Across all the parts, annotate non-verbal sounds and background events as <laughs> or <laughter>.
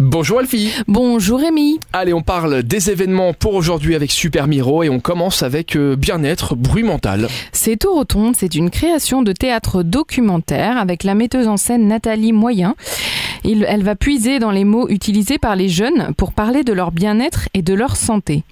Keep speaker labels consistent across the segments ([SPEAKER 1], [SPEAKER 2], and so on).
[SPEAKER 1] Bonjour Elfie
[SPEAKER 2] Bonjour Rémi.
[SPEAKER 1] Allez, on parle des événements pour aujourd'hui avec Super Miro et on commence avec euh, bien-être, bruit mental.
[SPEAKER 2] C'est au Rotonde, c'est une création de théâtre documentaire avec la metteuse en scène Nathalie Moyen. Il- elle va puiser dans les mots utilisés par les jeunes pour parler de leur bien-être et de leur santé.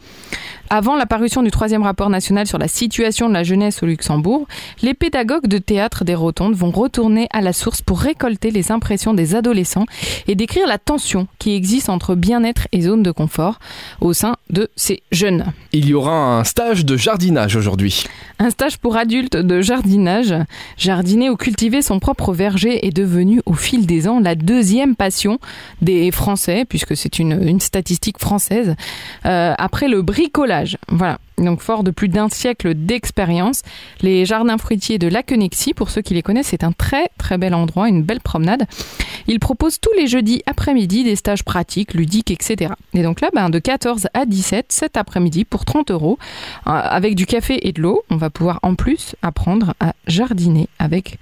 [SPEAKER 2] Avant la parution du troisième rapport national sur la situation de la jeunesse au Luxembourg, les pédagogues de théâtre des Rotondes vont retourner à la source pour récolter les impressions des adolescents et décrire la tension qui existe entre bien-être et zone de confort au sein de ces jeunes.
[SPEAKER 1] Il y aura un stage de jardinage aujourd'hui.
[SPEAKER 2] Un stage pour adultes de jardinage. Jardiner ou cultiver son propre verger est devenu au fil des ans la deuxième passion des Français, puisque c'est une, une statistique française, euh, après le bricolage. Voilà. Donc fort de plus d'un siècle d'expérience, les jardins fruitiers de Laquenexy, pour ceux qui les connaissent, c'est un très très bel endroit, une belle promenade. Ils proposent tous les jeudis après-midi des stages pratiques, ludiques, etc. Et donc là, ben, de 14 à 17, cet après-midi, pour 30 euros, euh, avec du café et de l'eau, on va pouvoir en plus apprendre à jardiner avec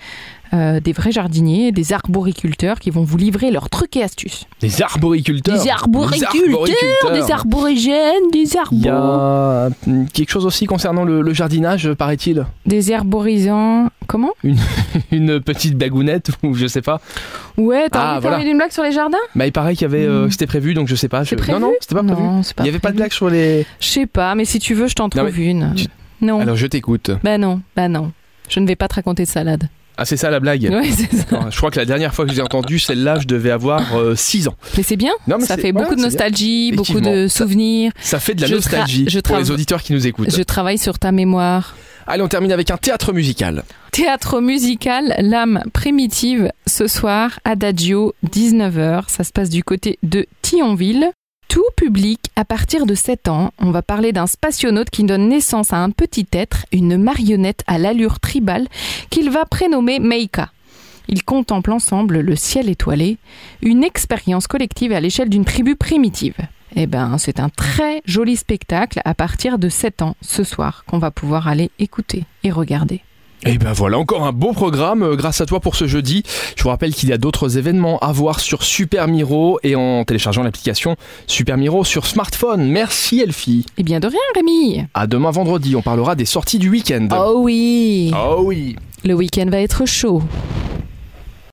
[SPEAKER 2] euh, des vrais jardiniers, des arboriculteurs qui vont vous livrer leurs trucs et astuces.
[SPEAKER 1] Des arboriculteurs.
[SPEAKER 2] Des arboriculteurs,
[SPEAKER 1] Des arboriculteurs.
[SPEAKER 2] arborigènes, des
[SPEAKER 1] Il y a hum, quelque chose aussi concernant le, le jardinage, paraît-il.
[SPEAKER 2] Des herborisants. Comment
[SPEAKER 1] <laughs> Une petite bagounette ou je sais pas.
[SPEAKER 2] Ouais, t'as
[SPEAKER 1] Ah,
[SPEAKER 2] envie, t'as
[SPEAKER 1] voilà.
[SPEAKER 2] envie d'une blague sur les jardins
[SPEAKER 1] Mais il paraît qu'il y avait, euh, que c'était prévu, donc je sais pas.
[SPEAKER 2] C'est
[SPEAKER 1] je-
[SPEAKER 2] Hmm. prévu
[SPEAKER 1] non, non, c'était pas prévu.
[SPEAKER 2] Non, c'est
[SPEAKER 1] Il
[SPEAKER 2] pas
[SPEAKER 1] n'y avait pas de
[SPEAKER 2] prévu.
[SPEAKER 1] blague sur les.
[SPEAKER 2] Je sais pas, mais si tu veux, je t'en
[SPEAKER 1] Non,
[SPEAKER 2] trouve une.
[SPEAKER 1] tu-
[SPEAKER 2] Non.
[SPEAKER 1] Alors je t'écoute.
[SPEAKER 2] Bah non, bah non. Je ne vais pas te raconter de salade.
[SPEAKER 1] Ah, c'est ça la blague.
[SPEAKER 2] Ouais, c'est ça.
[SPEAKER 1] D'accord, Je crois que la dernière fois que j'ai entendu celle-là, je devais avoir 6 ans.
[SPEAKER 2] Mais c'est bien.
[SPEAKER 1] Non, mais
[SPEAKER 2] ça
[SPEAKER 1] c'est-
[SPEAKER 2] fait
[SPEAKER 1] voilà,
[SPEAKER 2] beaucoup de
[SPEAKER 1] c'est bien.
[SPEAKER 2] nostalgie, beaucoup de
[SPEAKER 1] Effectivement.
[SPEAKER 2] souvenirs.
[SPEAKER 1] Ça fait de la
[SPEAKER 2] Je tra-
[SPEAKER 1] nostalgie
[SPEAKER 2] je
[SPEAKER 1] pour les
[SPEAKER 2] trava-
[SPEAKER 1] auditeurs qui nous écoutent.
[SPEAKER 2] Je travaille sur ta mémoire.
[SPEAKER 1] Allez, on termine avec un théâtre musical.
[SPEAKER 2] Théâtre musical, l'âme primitive, ce soir, Adagio, 19h. Ça se passe du côté de Thionville. Tout public, à partir de 7 ans, on va parler d'un spationaute qui donne naissance à un petit être, une marionnette à l'allure tribale, qu'il va prénommer Meika. Ils contemplent ensemble le ciel étoilé, une expérience collective à l'échelle d'une tribu primitive. Eh ben, c'est un très joli spectacle à partir de 7 ans, ce soir, qu'on va pouvoir aller écouter et regarder.
[SPEAKER 1] Et ben voilà, encore un beau programme euh, grâce à toi pour ce jeudi. Je vous rappelle qu'il y a d'autres événements à voir sur Super Miro et en téléchargeant l'application Super Miro sur smartphone. Merci Elfie.
[SPEAKER 2] Eh bien de rien Rémi
[SPEAKER 1] À demain vendredi, on parlera des sorties du week-end.
[SPEAKER 2] Oh Ah oui
[SPEAKER 1] oh oui.
[SPEAKER 2] Le week-end va être chaud.